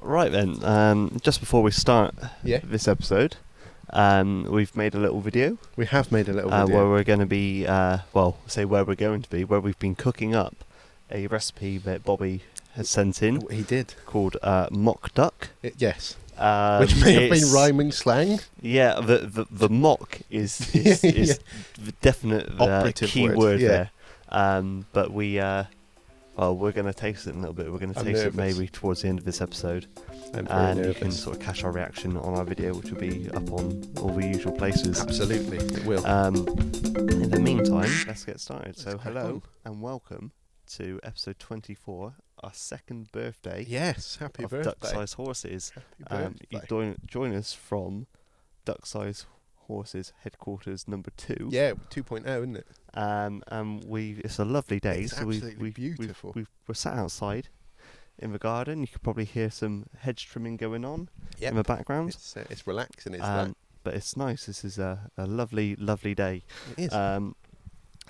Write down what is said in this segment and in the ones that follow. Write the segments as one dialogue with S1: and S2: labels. S1: Right then, um, just before we start
S2: Yeah.
S1: this episode, um, we've made a little video,
S2: We have made a little
S1: uh, where
S2: video.
S1: we're going to be, uh, well, say where we're going to be, where we've been cooking up a recipe that Bobby has sent in
S2: he did.
S1: called uh, mock duck.
S2: It- yes.
S1: Um,
S2: Which may have been
S1: it's-
S2: rhyming slang.
S1: Yeah, the the, the mock is is,
S2: Yeah.
S1: is the definite uh,
S2: Operative
S1: key
S2: word,
S1: word,
S2: yeah.
S1: there. Um, but we, uh, well, we're going to taste it in a little bit. We're going to
S2: I'm
S1: taste it
S2: nervous.
S1: maybe towards the end of this episode,
S2: I'm very
S1: and you can
S2: nervous.
S1: sort of catch our reaction on our video, which will be up on all the usual places.
S2: Absolutely, it will.
S1: Um, in the meantime, let's get started. So,
S2: crack on.
S1: hello and welcome to episode twenty-four, our second birthday
S2: yes, happy
S1: of
S2: birthday.
S1: Duck Size Horses.
S2: Happy
S1: Um, you
S2: birthday.
S1: join, join us from Duck Size Horses headquarters number two.
S2: yeah, 2.0, isn't it?
S1: Um, and we it's a lovely day.
S2: It's
S1: so we,
S2: absolutely
S1: we,
S2: beautiful.
S1: We, we're sat outside in the garden. You could probably hear some hedge trimming going on
S2: Yep.
S1: in the background.
S2: It's, uh, it's relaxing, isn't
S1: um, but it's nice. This is a, a lovely, lovely day.
S2: it? It is.
S1: Um,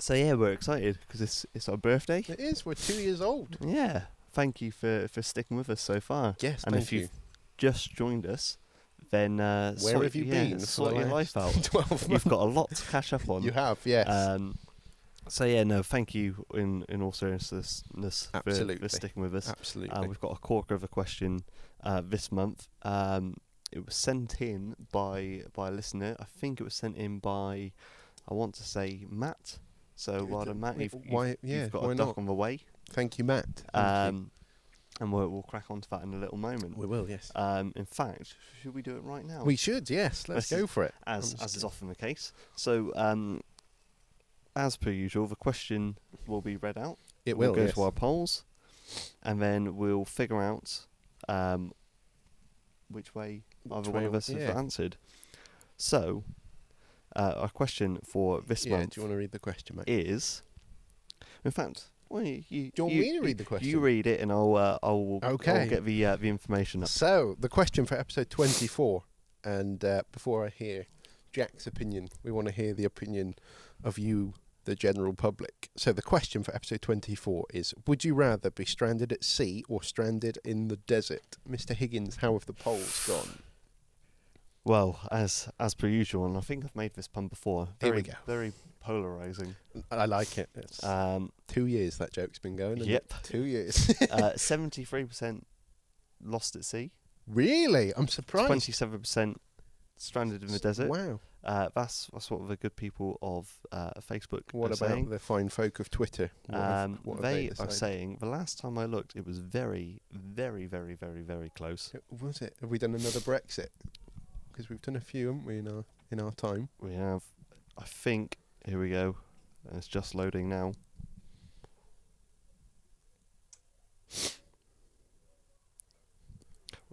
S1: so yeah, we're excited because it's it's our birthday.
S2: it is. We're two years old.
S1: Yeah. Thank you for, for sticking with us so far.
S2: Yes,
S1: and
S2: thank
S1: if you've just joined us, then uh,
S2: Where
S1: sort,
S2: have you
S1: yeah,
S2: been for
S1: Sort
S2: the
S1: your
S2: last
S1: life out.
S2: 12
S1: You've
S2: months.
S1: got a lot to catch up on.
S2: You have, yes.
S1: Um, so yeah, no, thank you in in all seriousness for,
S2: Absolutely.
S1: for sticking with us.
S2: absolutely.
S1: Uh, we've got a corker of a question uh, this month. Um, it was sent in by by a listener. I think it was sent in by I want to say Matt. So
S2: Who
S1: well
S2: d-
S1: done, Matt.
S2: wait,
S1: You've, you've-
S2: why-
S1: you've
S2: yeah,
S1: got
S2: why
S1: a duck
S2: not?
S1: on the way.
S2: thank you, Matt. Thank you.
S1: Um, and we'll, we'll crack on to that in a little moment.
S2: we will, yes.
S1: Um, in fact, should we do it right now?
S2: we should, yes. Let's
S1: uh, let's-
S2: go for it.
S1: as
S2: I'm
S1: as
S2: just-
S1: is often the case. So, um, as per usual, the question will be read out.
S2: It will,
S1: we'll go
S2: yes.
S1: to our polls, and then we'll figure out um, which way either
S2: Which
S1: one
S2: way-
S1: of us
S2: yeah.
S1: have answered. So, uh, our question for this
S2: yeah,
S1: month
S2: do you want to read the question, Matt?
S1: is, in fact, well, you, you,
S2: Do you want
S1: you,
S2: me to read the question?
S1: you read it, and I'll uh, I'll,
S2: Okay.
S1: I'll get the uh, the information up.
S2: So, the question for episode 24, and uh, before I hear Jack's opinion, we want to hear the opinion of you, the general public. So, the question for episode 24 is Would you rather be stranded at sea or stranded in the desert? Mr. Higgins, how have the polls gone?
S1: Well, as as per usual, and I think I've made this pun before.
S2: Here
S1: Very,
S2: we go.
S1: Very polarizing.
S2: I like it. It's
S1: Um,
S2: two years that joke's been going. isn't it?
S1: yep.
S2: Two years.
S1: Seventy three percent lost at sea.
S2: really? I'm surprised.
S1: Twenty seven percent stranded in the desert.
S2: Wow.
S1: Uh, that's that's what the good people of uh, Facebook
S2: What
S1: are
S2: about
S1: saying.
S2: the fine folk of Twitter? What have-
S1: um,
S2: what have
S1: they, are
S2: decided?
S1: saying the last time I looked, it was very, very, very, very, very close.
S2: Was it? Have we done another Brexit? Because we've done a few, haven't we, in our in our time?
S1: We have, I think. Here we go. And it's just loading now.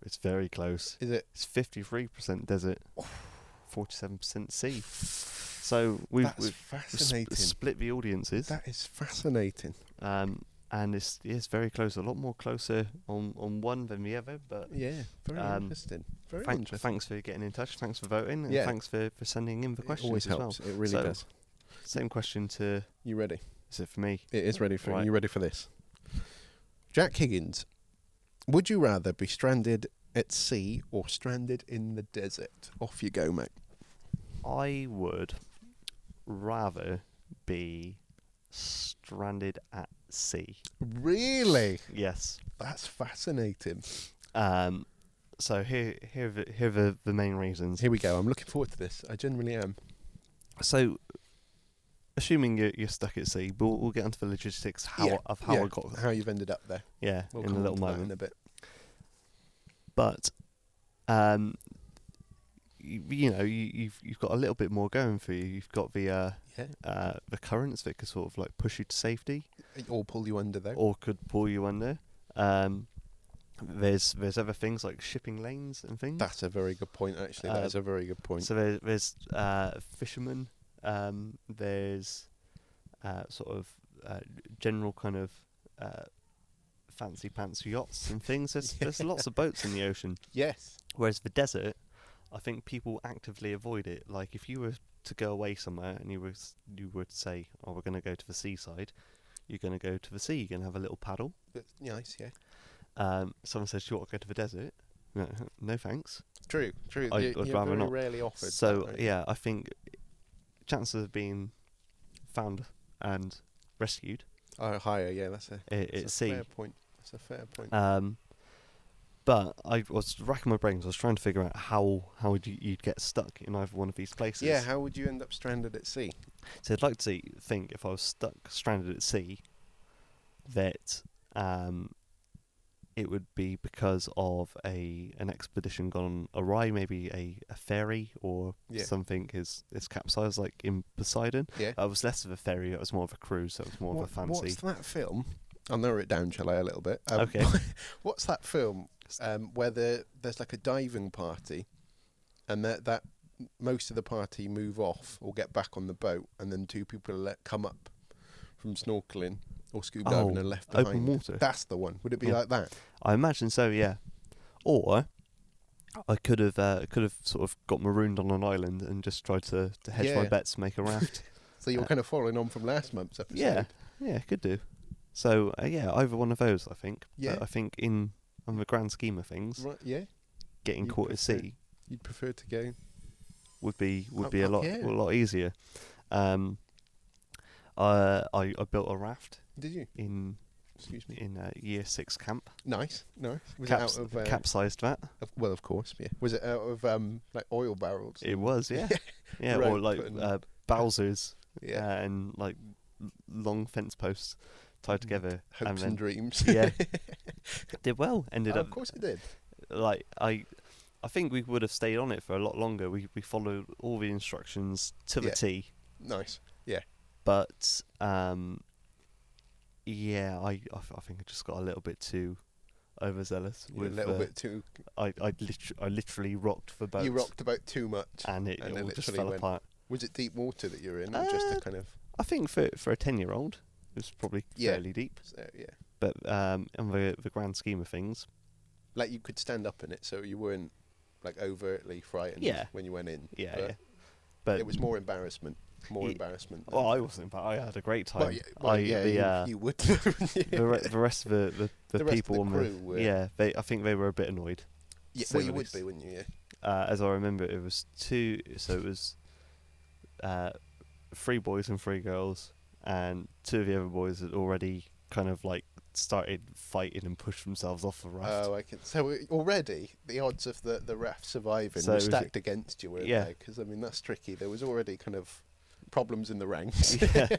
S1: It's very close.
S2: Is it?
S1: It's fifty-three percent desert, forty-seven percent sea. So we've,
S2: That's
S1: we've sp-
S2: fascinating.
S1: split the audiences,
S2: that is fascinating.
S1: um, and it's it's very close. A lot more closer on, on one than the other. But
S2: Yeah, very
S1: Um,
S2: interesting. Very
S1: thank-
S2: interesting.
S1: thanks for getting in touch. Thanks for voting.
S2: Yeah.
S1: And thanks for, for sending in the
S2: it
S1: questions
S2: always
S1: as
S2: helps. It really
S1: So-
S2: does.
S1: well. Same question to
S2: You ready?
S1: is it for me?
S2: It is ready for
S1: Right.
S2: you. Ready for this? Jack Higgins, would you rather be stranded at sea or stranded in the desert? Off you go, mate.
S1: I would rather be stranded at sea.
S2: Really?
S1: Yes.
S2: That's fascinating.
S1: Um, so here, here, are the- here are the, the main reasons.
S2: Here we go. I'm looking forward to this. I generally am.
S1: So, assuming you're, you're stuck at sea, we'll, we'll get onto the logistics how
S2: Yeah,
S1: of how
S2: yeah,
S1: I got
S2: how you've ended up there.
S1: yeah
S2: We'll
S1: in a
S2: come
S1: little
S2: onto that
S1: moment.
S2: in a bit.
S1: But, um, you, you know, you, you've you've got a little bit more going for you. You've got the uh,
S2: Yeah.
S1: uh, the currents that could sort of like push you to safety.
S2: Or pull you under there.
S1: or could pull you under. Um, there's there's other things like shipping lanes and things.
S2: That's a very good point, actually. That
S1: Uh,
S2: is a very good point.
S1: so there's there's uh, fishermen. Um, there's uh, sort of uh, general kind of uh, fancy pants yachts and things. There's there's lots of boats in the ocean.
S2: yes.
S1: Whereas the desert, I think people actively avoid it. Like if you were to go away somewhere and you were s- you were to say, "Oh, we're going to go to the seaside," you're going to go to the sea. You're going to have a little paddle.
S2: That's nice, yeah.
S1: Um, someone says, "Do you want to go to the desert?" No, no thanks.
S2: True, true.
S1: I-
S2: you,
S1: I'd
S2: you're
S1: rather
S2: very
S1: not.
S2: rarely offered.
S1: So
S2: that,
S1: yeah, I think chances of being found and rescued
S2: Oh, higher, yeah, that's a,
S1: i-
S2: that's
S1: at
S2: a
S1: sea.
S2: fair point. That's a fair point.
S1: Um, but I was racking my brains. I was trying to figure out how how would you, you'd get stuck in either one of these places.
S2: yeah, how would you end up stranded at sea?
S1: So I'd like to see, think if I was stuck stranded at sea, that um, it would be because of a an expedition gone awry. Maybe a, a ferry or
S2: Yeah.
S1: something is is capsized, like in Poseidon.
S2: Yeah.
S1: That was less of a ferry. It was more of a cruise. That was more
S2: What-
S1: of a fancy.
S2: What's that film? I'll narrow it down, shall I, a little bit? Um,
S1: Okay.
S2: what's that film um, where the, there's like a diving party and that, that most of the party move off or get back on the boat and then two people are let come up from snorkeling or scuba diving
S1: Oh,
S2: and left behind?
S1: Open water.
S2: That's the one. Would it be
S1: Yeah.
S2: like that?
S1: I imagine so. Yeah. Or I could have uh, could have sort of got marooned on an island and just tried to, to hedge my
S2: Yeah.
S1: bets, make a raft.
S2: So you're
S1: Uh,
S2: kind of following on from last month's episode.
S1: Yeah, yeah, could do. So uh, yeah, either one of those, I think. But
S2: Yeah.
S1: I think in on the grand scheme of things,
S2: Right, yeah.
S1: getting
S2: you
S1: caught at
S2: prefer-
S1: sea
S2: You'd prefer to go.
S1: would be would
S2: Up-
S1: be a
S2: up
S1: lot
S2: here.
S1: a lot easier. Um, uh, I I built a raft
S2: Did you?
S1: in
S2: Excuse me.
S1: in uh, year six camp.
S2: Nice. No. Was
S1: Caps-
S2: it out of, uh,
S1: capsized that.
S2: of- Well, of course. Yeah. Was it out of um like oil barrels?
S1: It was yeah, yeah, or
S2: Rope
S1: like
S2: and-
S1: uh, Bowser's
S2: yeah.
S1: uh, and like l- long fence posts tied together.
S2: Mm. Hopes and,
S1: and then
S2: dreams.
S1: yeah, did well. Ended
S2: Oh,
S1: up
S2: of course it did.
S1: like I I think we would have stayed on it for a lot longer. We we followed all the instructions to the
S2: Yeah.
S1: T,
S2: Nice.
S1: but um yeah, I I, th- I think I just got a little bit too overzealous
S2: You were
S1: with
S2: a little
S1: uh,
S2: bit too.
S1: I I, lit- I literally rocked the boat.
S2: You rocked about too much.
S1: and it,
S2: and
S1: it
S2: it
S1: all just
S2: literally
S1: fell
S2: went.
S1: apart.
S2: Was it deep water that you're in, or just
S1: Uh,
S2: a kind of?
S1: I think for for a ten year old, it was probably
S2: Yeah.
S1: fairly deep.
S2: So, uh, yeah.
S1: But um, in the the grand scheme of things,
S2: Like you could stand up in it, so you weren't like overtly frightened
S1: Yeah.
S2: when you went in.
S1: yeah,
S2: But
S1: yeah. But
S2: it was more embarrassment. More
S1: Ye-
S2: embarrassment. than-
S1: well, I wasn't. But I had a great time.
S2: Well, yeah, well,
S1: I,
S2: yeah,
S1: the,
S2: you,
S1: uh,
S2: you would. yeah.
S1: the, re- the rest of the the, the,
S2: The rest of
S1: people
S2: the
S1: on
S2: crew were-
S1: yeah they I think they were a bit annoyed
S2: Yeah,
S1: say
S2: well,
S1: the
S2: you would
S1: least.
S2: be, wouldn't you? Yeah.
S1: uh, as I remember it was two so it was uh, three boys and three girls and two of the other boys had already kind of like started fighting and pushed themselves off the raft
S2: Oh, I can. So we- already the odds of the the raft surviving
S1: So it
S2: were
S1: was-
S2: stacked against you, weren't
S1: yeah.
S2: Because I mean that's tricky. There was already kind of problems in the ranks.
S1: yeah.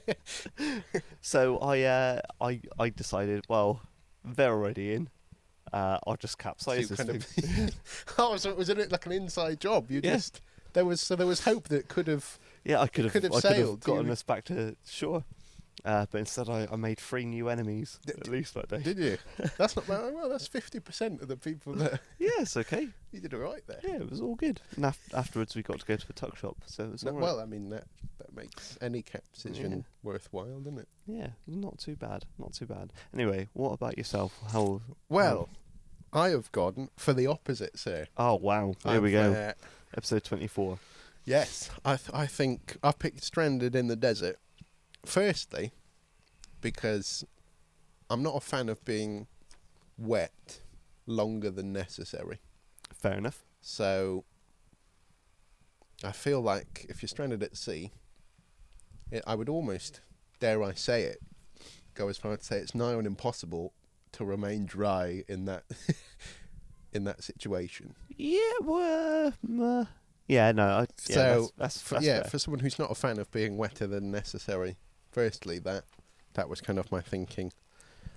S1: so I uh, I I decided well they're already in uh, I'll just
S2: so you
S1: capsize this
S2: kind
S1: thing.
S2: of. oh, so it was it like an inside job? You
S1: Yeah.
S2: just there was so there was hope that could have.
S1: Yeah, I could have,
S2: could have
S1: I could have
S2: sailed, you
S1: gotten
S2: would-
S1: us back to shore. Uh, but instead, I, I made three new enemies
S2: D-
S1: at least that day.
S2: Did you? That's not bad. Well, that's fifty percent of the people that
S1: yeah, it's okay.
S2: you did all right there.
S1: Yeah, it was all good. And af- afterwards, we got to go to the tuck shop, so it was
S2: No,
S1: all right.
S2: well, I mean that that makes any capsization
S1: Yeah.
S2: worthwhile, doesn't it?
S1: yeah, not too bad, not too bad. Anyway, what about yourself? How?
S2: Well, I have gone for the opposite, sir.
S1: Oh wow, Mm. here we
S2: I've,
S1: go.
S2: uh,
S1: Episode twenty-four.
S2: Yes, I th- I think I picked stranded in the desert. Firstly, because I'm not a fan of being wet longer than necessary.
S1: Fair enough.
S2: So I feel like if you're stranded at sea, it, I would almost, dare I say it, go as far as to say it's nigh on impossible to remain dry in that in that situation.
S1: Yeah, well, um, uh, yeah, no, I, yeah,
S2: So,
S1: that's, that's,
S2: for,
S1: that's
S2: yeah,
S1: fair.
S2: for someone who's not a fan of being wetter than necessary, firstly that that was kind of my thinking,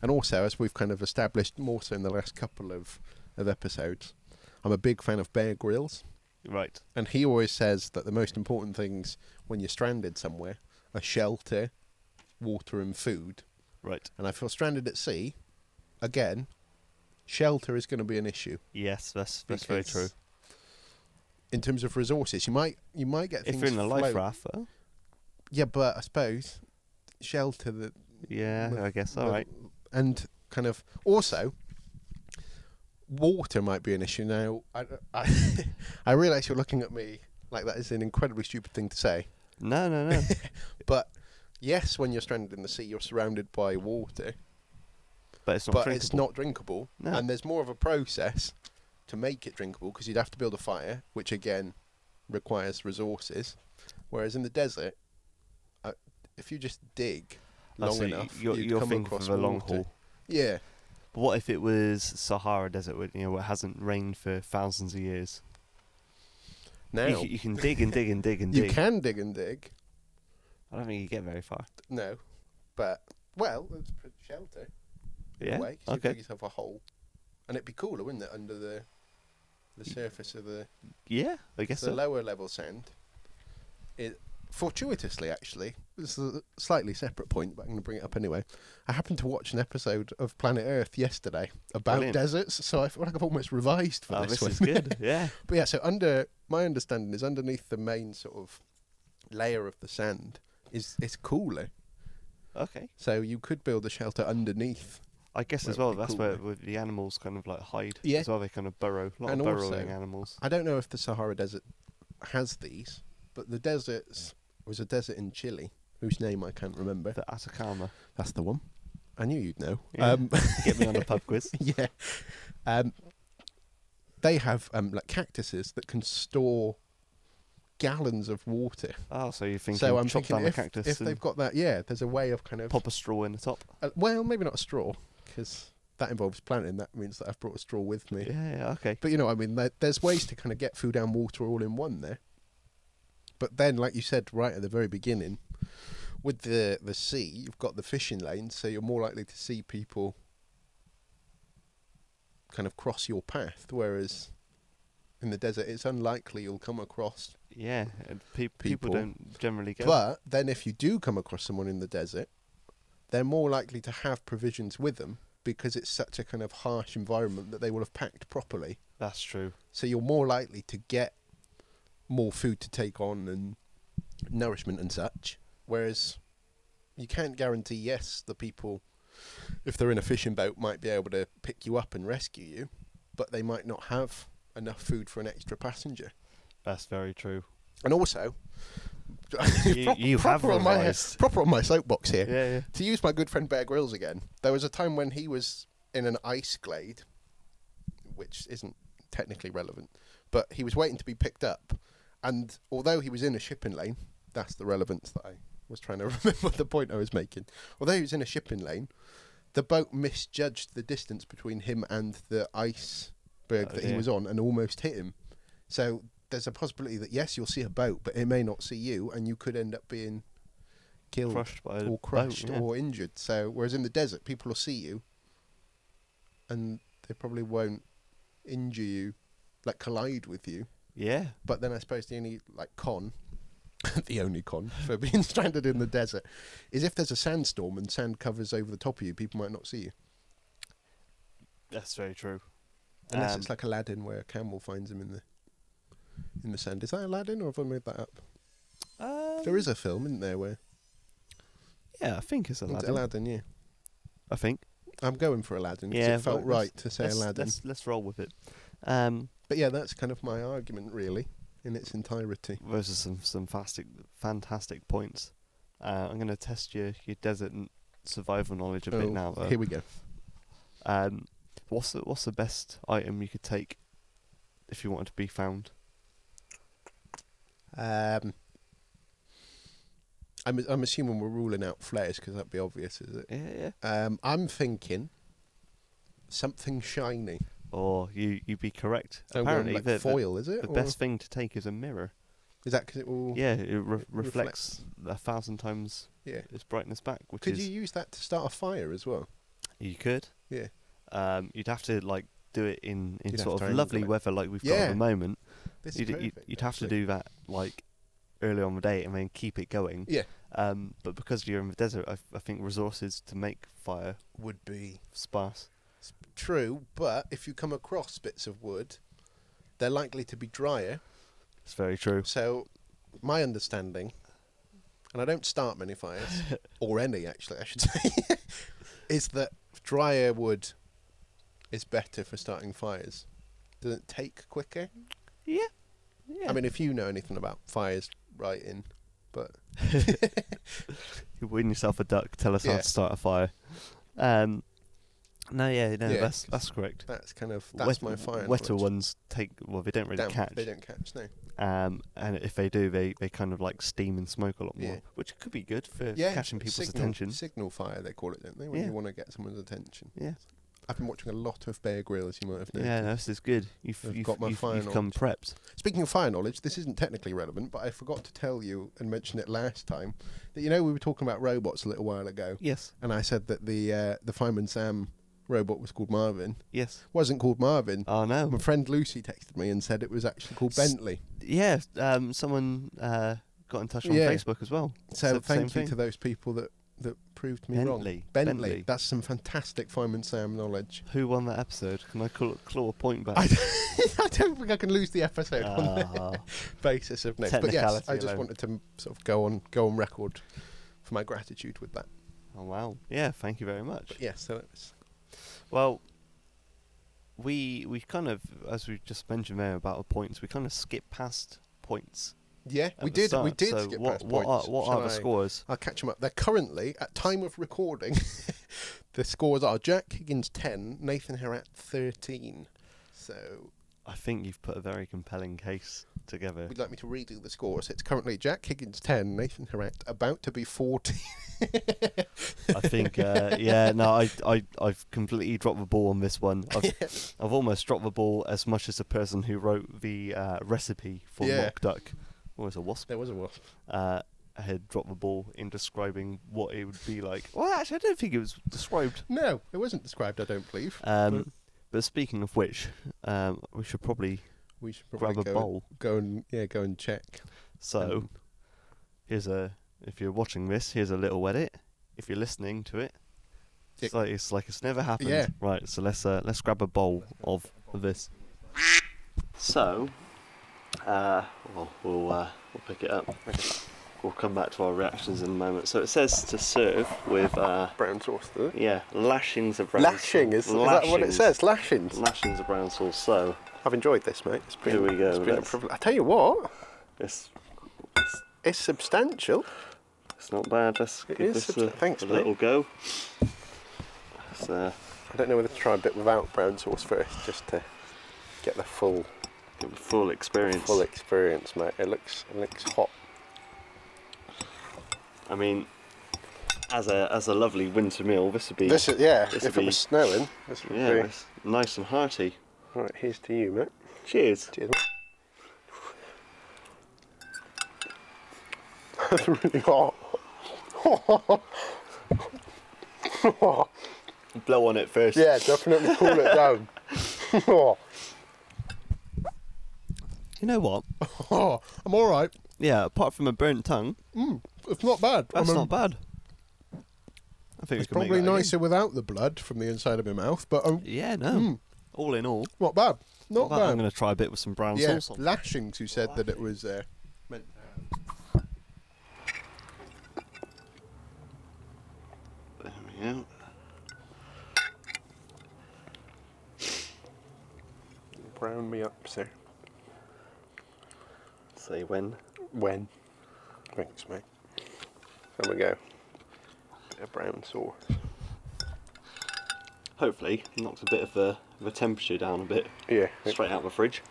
S2: and also as we've kind of established more so in the last couple of of episodes, I'm a big fan of Bear Grylls,
S1: right.
S2: and he always says that the most important things when you're stranded somewhere are shelter, water, and food.
S1: Right.
S2: And I feel stranded at sea, again, shelter is going to be an issue.
S1: Yes, that's that's very true.
S2: because In terms of resources, you might you might get
S1: If
S2: things
S1: you're in a life
S2: float-
S1: raft, well,
S2: Yeah, but I suppose shelter the
S1: yeah,
S2: Well,
S1: I guess all
S2: well,
S1: right.
S2: and kind of also water might be an issue now. I I, I realise you're looking at me like that is an incredibly stupid thing to say,
S1: No, no, no.
S2: but yes, when you're stranded in the sea, you're surrounded by water,
S1: But it's not
S2: but
S1: drinkable.
S2: it's not drinkable,
S1: No.
S2: and there's more of a process to make it drinkable because you'd have to build a fire, which again requires resources. Whereas in the desert, uh, if you just dig
S1: Oh,
S2: long
S1: so y-
S2: enough,
S1: you're,
S2: you'd
S1: you're
S2: come
S1: thinking
S2: across
S1: for the long
S2: water.
S1: haul.
S2: Yeah,
S1: But what if it was Sahara Desert, where, you know, where it hasn't rained for thousands of years?
S2: now
S1: You, c- you can dig and dig and dig and
S2: you
S1: dig.
S2: can dig and dig.
S1: I don't think you get very far.
S2: No, but well, it's a shelter.
S1: Yeah.
S2: Way, 'cause You dig
S1: okay.
S2: yourself a hole, and it'd be cooler, wouldn't it, under the the surface of the
S1: Yeah, I guess
S2: the
S1: so.
S2: lower level sand. It fortuitously, actually, this is a slightly separate point, but I'm going to bring it up anyway. I happened to watch an episode of Planet Earth yesterday about
S1: Brilliant.
S2: deserts, so I feel like I've almost revised for
S1: Oh,
S2: this,
S1: this
S2: one.
S1: is good. Yeah.
S2: But yeah, so under my understanding is underneath the main sort of layer of the sand is it's cooler,
S1: Okay.
S2: so you could build a shelter underneath.
S1: I guess
S2: Where
S1: as
S2: it'd
S1: well,
S2: be
S1: that's
S2: cool,
S1: where
S2: though.
S1: with the animals kind of like hide
S2: Yeah.
S1: as well. They kind of burrow. A lot
S2: And
S1: of
S2: also-
S1: burrowing animals.
S2: I don't know if the Sahara Desert has these, but the deserts was a desert in Chile whose name I can't remember.
S1: The Atacama.
S2: That's the one. I knew you'd know.
S1: Yeah.
S2: Um,
S1: Get me on a pub quiz.
S2: yeah. Um, they have um, like cactuses that can store gallons of water.
S1: Oh, so you're thinking
S2: so I'm
S1: chop
S2: thinking
S1: down
S2: if,
S1: a cactus
S2: if
S1: and
S2: they've got that, yeah, there's a way of kind of
S1: pop a straw in the top.
S2: uh, well, maybe not a straw because that involves planting. That means that I've brought a straw with me.
S1: Yeah. yeah, okay.
S2: But you know, what I mean, there, there's ways to kind of get food and water all in one there. But then, like you said right at the very beginning, with the the sea, you've got the fishing lanes, so you're more likely to see people kind of cross your path. Whereas in the desert, it's unlikely you'll come across.
S1: Yeah, and pe-
S2: People.
S1: people don't generally go.
S2: But then, if you do come across someone in the desert, they're more likely to have provisions with them because it's such a kind of harsh environment that they will have packed properly.
S1: That's true.
S2: so you're more likely to get more food to take on and nourishment and such. Whereas you can't guarantee, yes, the people, if they're in a fishing boat, might be able to pick you up and rescue you, but they might not have enough food for an extra passenger.
S1: That's very true.
S2: And also,
S1: You-
S2: prop-
S1: you have
S2: proper on my
S1: revised.
S2: proper on my soapbox here.
S1: Yeah, yeah.
S2: To use my good friend Bear Grylls again, there was a time when he was in an ice glade, which isn't technically relevant, but he was waiting to be picked up. And although he was in a shipping lane, that's the relevance that I was trying to remember the point I was making. Although he was in a shipping lane, the boat misjudged the distance between him and the iceberg
S1: Oh,
S2: that he
S1: dear.
S2: was on and almost hit him. So there's a possibility that, yes, you'll see a boat, but it may not see you, and you could end up being killed
S1: Crushed by the
S2: or
S1: boat,
S2: crushed
S1: yeah.
S2: or injured. So, whereas in the desert, people will see you, and they probably won't injure you, like collide with you.
S1: Yeah.
S2: But then I suppose the only like con, the only con for being stranded in the desert, is if there's a sandstorm and sand covers over the top of you, people might not see you
S1: That's very true.
S2: unless
S1: Um,
S2: it's like Aladdin where a camel finds him in the in the sand. Is that Aladdin or have I made that up?
S1: um,
S2: There is a film, isn't there, where
S1: Yeah, I think it's
S2: Aladdin,
S1: Aladdin.
S2: Aladdin yeah.
S1: I think.
S2: I'm going for Aladdin because
S1: Yeah,
S2: it felt
S1: well,
S2: right to say
S1: let's,
S2: Aladdin.
S1: Let's, let's roll with it. Um,
S2: But yeah, that's kind of my argument, really, in its entirety.
S1: those are some some fantastic fantastic points. Uh, I'm going to test your your desert n- survival knowledge a bit
S2: Oh,
S1: now. Though.
S2: Here we go.
S1: Um, what's the, what's the best item you could take if you wanted to be found?
S2: Um, I'm I'm assuming we're ruling out flares because that'd be obvious, is it?
S1: Yeah, yeah.
S2: Um, I'm thinking something shiny.
S1: Or you you'd be correct.
S2: I'm going
S1: Apparently,
S2: like
S1: the, the-
S2: foil, is
S1: the,
S2: it? Or-
S1: best thing to take is a mirror.
S2: Is that because it will?
S1: Yeah, it re-
S2: reflects.
S1: reflects a thousand times
S2: yeah.
S1: its brightness back, which
S2: Could
S1: is
S2: you use that to start a fire as well?
S1: You could.
S2: Yeah.
S1: Um, you'd have to like do it in, in
S2: You'd have
S1: sort
S2: to
S1: of lovely
S2: angle it.
S1: weather like we've got at
S2: Yeah.
S1: the moment.
S2: This
S1: You'd,
S2: is
S1: you'd,
S2: perfect,
S1: you'd have to
S2: actually.
S1: do that like early on the day and then keep it going.
S2: Yeah.
S1: Um, but because you're in the desert, I, I think resources to make fire
S2: Would be
S1: sparse.
S2: s- true, but if you come across bits of wood, they're likely to be drier
S1: It's very true.
S2: So, my understanding, and I don't start many fires, or any actually, I should say, is that drier wood is better for starting fires. Does it take quicker?
S1: Yeah. Yeah.
S2: I mean, if you know anything about fires, write in. But
S1: you win yourself a duck. Tell us how
S2: Yeah.
S1: to start a fire. Um, No, yeah, no,
S2: Yeah,
S1: that's
S2: 'cause
S1: that's correct.
S2: That's kind of that's
S1: Wet-
S2: my fire.
S1: Wetter
S2: knowledge.
S1: ones take well, they don't really
S2: Damp,
S1: catch.
S2: They don't catch. No.
S1: Um, and if they do, they, they kind of like steam and smoke a lot more,
S2: Yeah.
S1: which could be good for
S2: Yeah.
S1: catching people's
S2: signal,
S1: attention.
S2: Signal fire, they call it, don't they? When
S1: Yeah.
S2: you want to get someone's attention.
S1: Yeah,
S2: I've been watching a lot of Bear Grylls, you might have noticed.
S1: yeah, no, this is good. You've
S2: I've
S1: you've,
S2: got my
S1: you've,
S2: fire
S1: you've come prepped.
S2: Speaking of fire knowledge, this isn't technically relevant, but I forgot to tell you and mention it last time that you know we were talking about robots a little while ago,
S1: Yes,
S2: and I said that the uh, the Fireman Sam robot was called Marvin.
S1: yes.
S2: Wasn't called Marvin.
S1: Oh no,
S2: My friend Lucy texted me and said it was actually
S1: S-
S2: called Bentley.
S1: yeah. Um, someone uh got in touch on
S2: Yeah.
S1: Facebook as well.
S2: So
S1: said the same
S2: thank you
S1: thing.
S2: to those people that that proved me wrong.
S1: Bentley.
S2: Bentley.
S1: Bentley.
S2: That's some fantastic Fireman Sam knowledge.
S1: Who won that episode? Can I claw, claw a point back?
S2: I, I don't think I can lose the episode on the
S1: Ah,
S2: basis of names. But yes,
S1: Technicality
S2: I just
S1: alone.
S2: wanted to m- sort of go on go on record for my gratitude with that.
S1: oh wow. Yeah, thank you very much.
S2: But yes, so it was
S1: Well, we we kind of, as we just mentioned there about the points, we kind of skip past points.
S2: yeah,
S1: at
S2: we
S1: the
S2: did we
S1: start.
S2: did
S1: so
S2: skip
S1: what,
S2: past
S1: what
S2: points.
S1: Are, what
S2: Shall
S1: are the
S2: I-
S1: scores?
S2: I'll catch them up. They're currently at time of recording. the scores are Jack Higgins ten, Nathan Herat thirteen. So
S1: I think you've put a very compelling case together.
S2: would you like me to redo the scores? It's currently Jack Higgins ten, Nathan Herat about to be forty.
S1: I think, uh, yeah, no, I, I, I've completely dropped the ball on this one. I've, I've almost dropped the ball as much as the person who wrote the uh, recipe for
S2: Yeah.
S1: mock duck, or as a wasp,
S2: There was a wasp.
S1: uh, had dropped the ball in describing what it would be like. Well, actually, I don't think it was described.
S2: No, it wasn't described. I don't believe.
S1: Um, but speaking of which, um, we should probably
S2: We should probably
S1: grab a
S2: go,
S1: bowl.
S2: go and yeah, go and check.
S1: So,
S2: Um,
S1: here's a if you're watching this, here's a little edit. If you're listening to it, it's like it's like it's never happened.
S2: Yeah.
S1: Right. So let's uh, let's grab a bowl of this. So, uh, well, we'll uh, we'll pick it up. We'll come back to our reactions in a moment. So it says to serve with uh,
S2: brown sauce. Though.
S1: yeah lashings of brown
S2: Lashing
S1: sauce.
S2: is, is that what it
S1: Lashings.
S2: says? Lashings.
S1: Lashings of brown sauce. So
S2: I've enjoyed this, mate. It's been,
S1: Here we go,
S2: It's been a
S1: let's-
S2: privilege. I tell you what,
S1: it's
S2: it's substantial.
S1: It's not bad. Let's
S2: It
S1: give
S2: is
S1: this a,
S2: substan- thanks,
S1: a
S2: mate.
S1: little go. It's, uh,
S2: I don't know whether to try a bit without brown sauce first, just to get the full
S1: give it full experience.
S2: full experience, mate. It looks it looks hot.
S1: I mean, as a as a lovely winter meal, this would be
S2: This is yeah.
S1: This
S2: if
S1: would
S2: it
S1: be-
S2: was snowing, this would
S1: yeah,
S2: be
S1: nice, nice and hearty.
S2: right. Here's to you, mate.
S1: Cheers.
S2: Cheers. mate. That's really hot.
S1: Blow on it first.
S2: Yeah, definitely cool it down. Oh.
S1: You know what?
S2: Oh, I'm all right.
S1: Yeah, apart from a burnt tongue,
S2: It's not bad.
S1: that's
S2: I'm
S1: not bad. I think we
S2: It's
S1: can make
S2: probably
S1: that again.
S2: nicer without the blood from the inside of my mouth, but um,
S1: Yeah, no. All in all,
S2: not bad.
S1: not
S2: Not
S1: bad. I'm
S2: bad.
S1: going to try a bit with some brown
S2: Yeah,
S1: sauce. on.
S2: lashings who said that it was uh, meant.
S1: There we go.
S2: Brown me up, sir.
S1: Say when.
S2: When? Thanks, mate. There we go. Bit of brown sauce.
S1: Hopefully, knocks a bit of the the temperature down a bit.
S2: Yeah.
S1: Straight out of the fridge.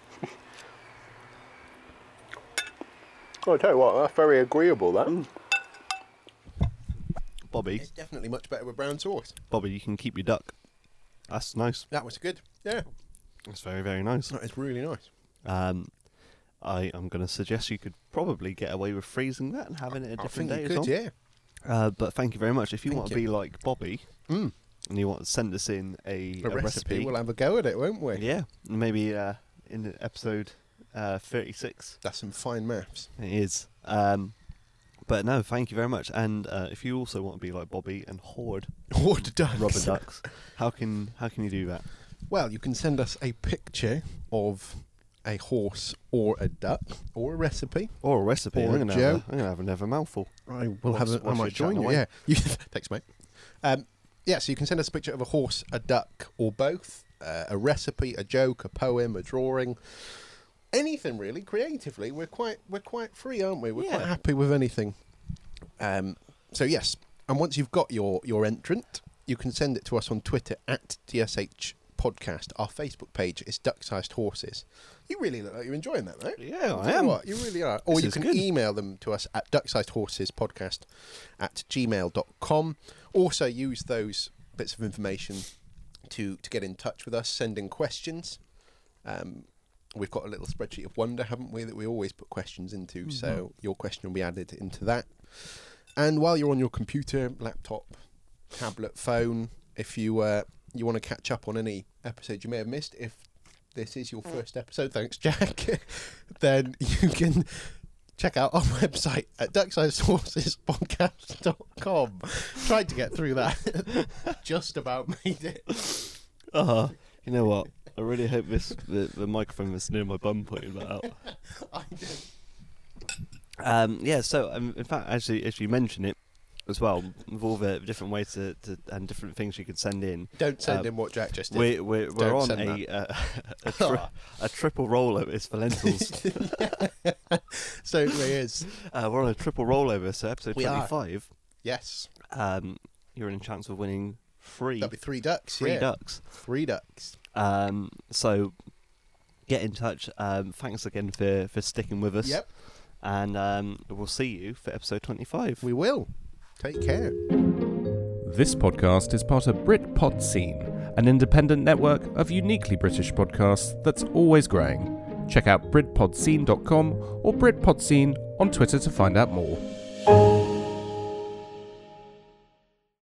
S2: Oh, I tell you what, that's very agreeable. That.
S1: Mm. Bobby,
S2: It's definitely much better with brown sauce.
S1: Bobby, you can keep your duck. That's nice.
S2: That was good. Yeah.
S1: That's very, very nice.
S2: That is really nice.
S1: Um, I am going to suggest you could probably get away with freezing that and having it a
S2: I
S1: different
S2: think
S1: day
S2: you
S1: as
S2: could,
S1: well.
S2: yeah.
S1: Uh, but thank you very much. If you
S2: Thank
S1: want to be
S2: you.
S1: like Bobby
S2: Mm.
S1: and you want to send us in a,
S2: A,
S1: a
S2: recipe. We'll have a go at it, won't we?
S1: yeah, maybe uh, in the episode uh, 36
S2: That's some fine maths.
S1: it is. Um, but no, thank you very much. And uh, if you also want to be like Bobby and hoard
S2: What ducks?
S1: rubber ducks, how can how can you do that?
S2: Well, you can send us a picture of a horse or a duck or a recipe.
S1: Or a recipe.
S2: Or
S1: I'm
S2: a
S1: gonna have
S2: joke.
S1: I'm gonna have another mouthful.
S2: I will
S1: Whilst-
S2: have. A, I
S1: whilst
S2: might
S1: you're chatting
S2: join you.
S1: away.
S2: Yeah. You, thanks, mate. Um, yeah. So you can send us a picture of a horse, a duck, or both. Uh, a recipe, a joke, a poem, a drawing. Anything really creatively. We're quite we're quite free, aren't we? We're
S1: Yeah.
S2: quite happy with anything. Um, so yes. And once you've got your your entrant, you can send it to us on Twitter at DSH Podcast. Our Facebook page is Duck Sized Horses. You really look like you're enjoying that, though.
S1: Yeah,
S2: You know What? You really are. Or
S1: This
S2: you
S1: is
S2: can
S1: good.
S2: email them to us at ducksizedhorsespodcast at gmail.com. Also, use those bits of information to, to get in touch with us, send in questions. Um, we've got a little spreadsheet of wonder, haven't we, that we always put questions into.
S1: Mm-hmm.
S2: So your question will be added into that. And while you're on your computer, laptop, tablet, phone, if you uh, you want to catch up on any episode you may have missed, if this is your first episode, thanks, Jack, then you can check out our website at ducksidesourcespodcast.com. Tried to get through that, just about made it.
S1: Uh, you know what? I really hope this the, the microphone that's near my bum putting that out.
S2: I did.
S1: Um, yeah, so um, in fact, actually, as you mention it as well, with all the different ways to, to and different things you could send in,
S2: Don't send
S1: Um,
S2: in what Jack just did.
S1: we're we're, we're
S2: Don't
S1: on
S2: send
S1: a uh, a, tri- a triple rollover. It's for lentils.
S2: Certainly is.
S1: uh, we're on a triple rollover. So episode
S2: We are.
S1: twenty-five,
S2: Yes.
S1: um, you're in chance of winning three
S2: That'd be three ducks.
S1: three
S2: yeah.
S1: ducks.
S2: Three ducks.
S1: Um, so get in touch. Um, thanks again for for sticking with us.
S2: Yep.
S1: And um, we'll see you for episode twenty-five.
S2: We will. Take care.
S3: This podcast is part of Brit Scene, an independent network of uniquely British podcasts that's always growing. Check out BritPodScene.com or BritPodScene on Twitter to find out more.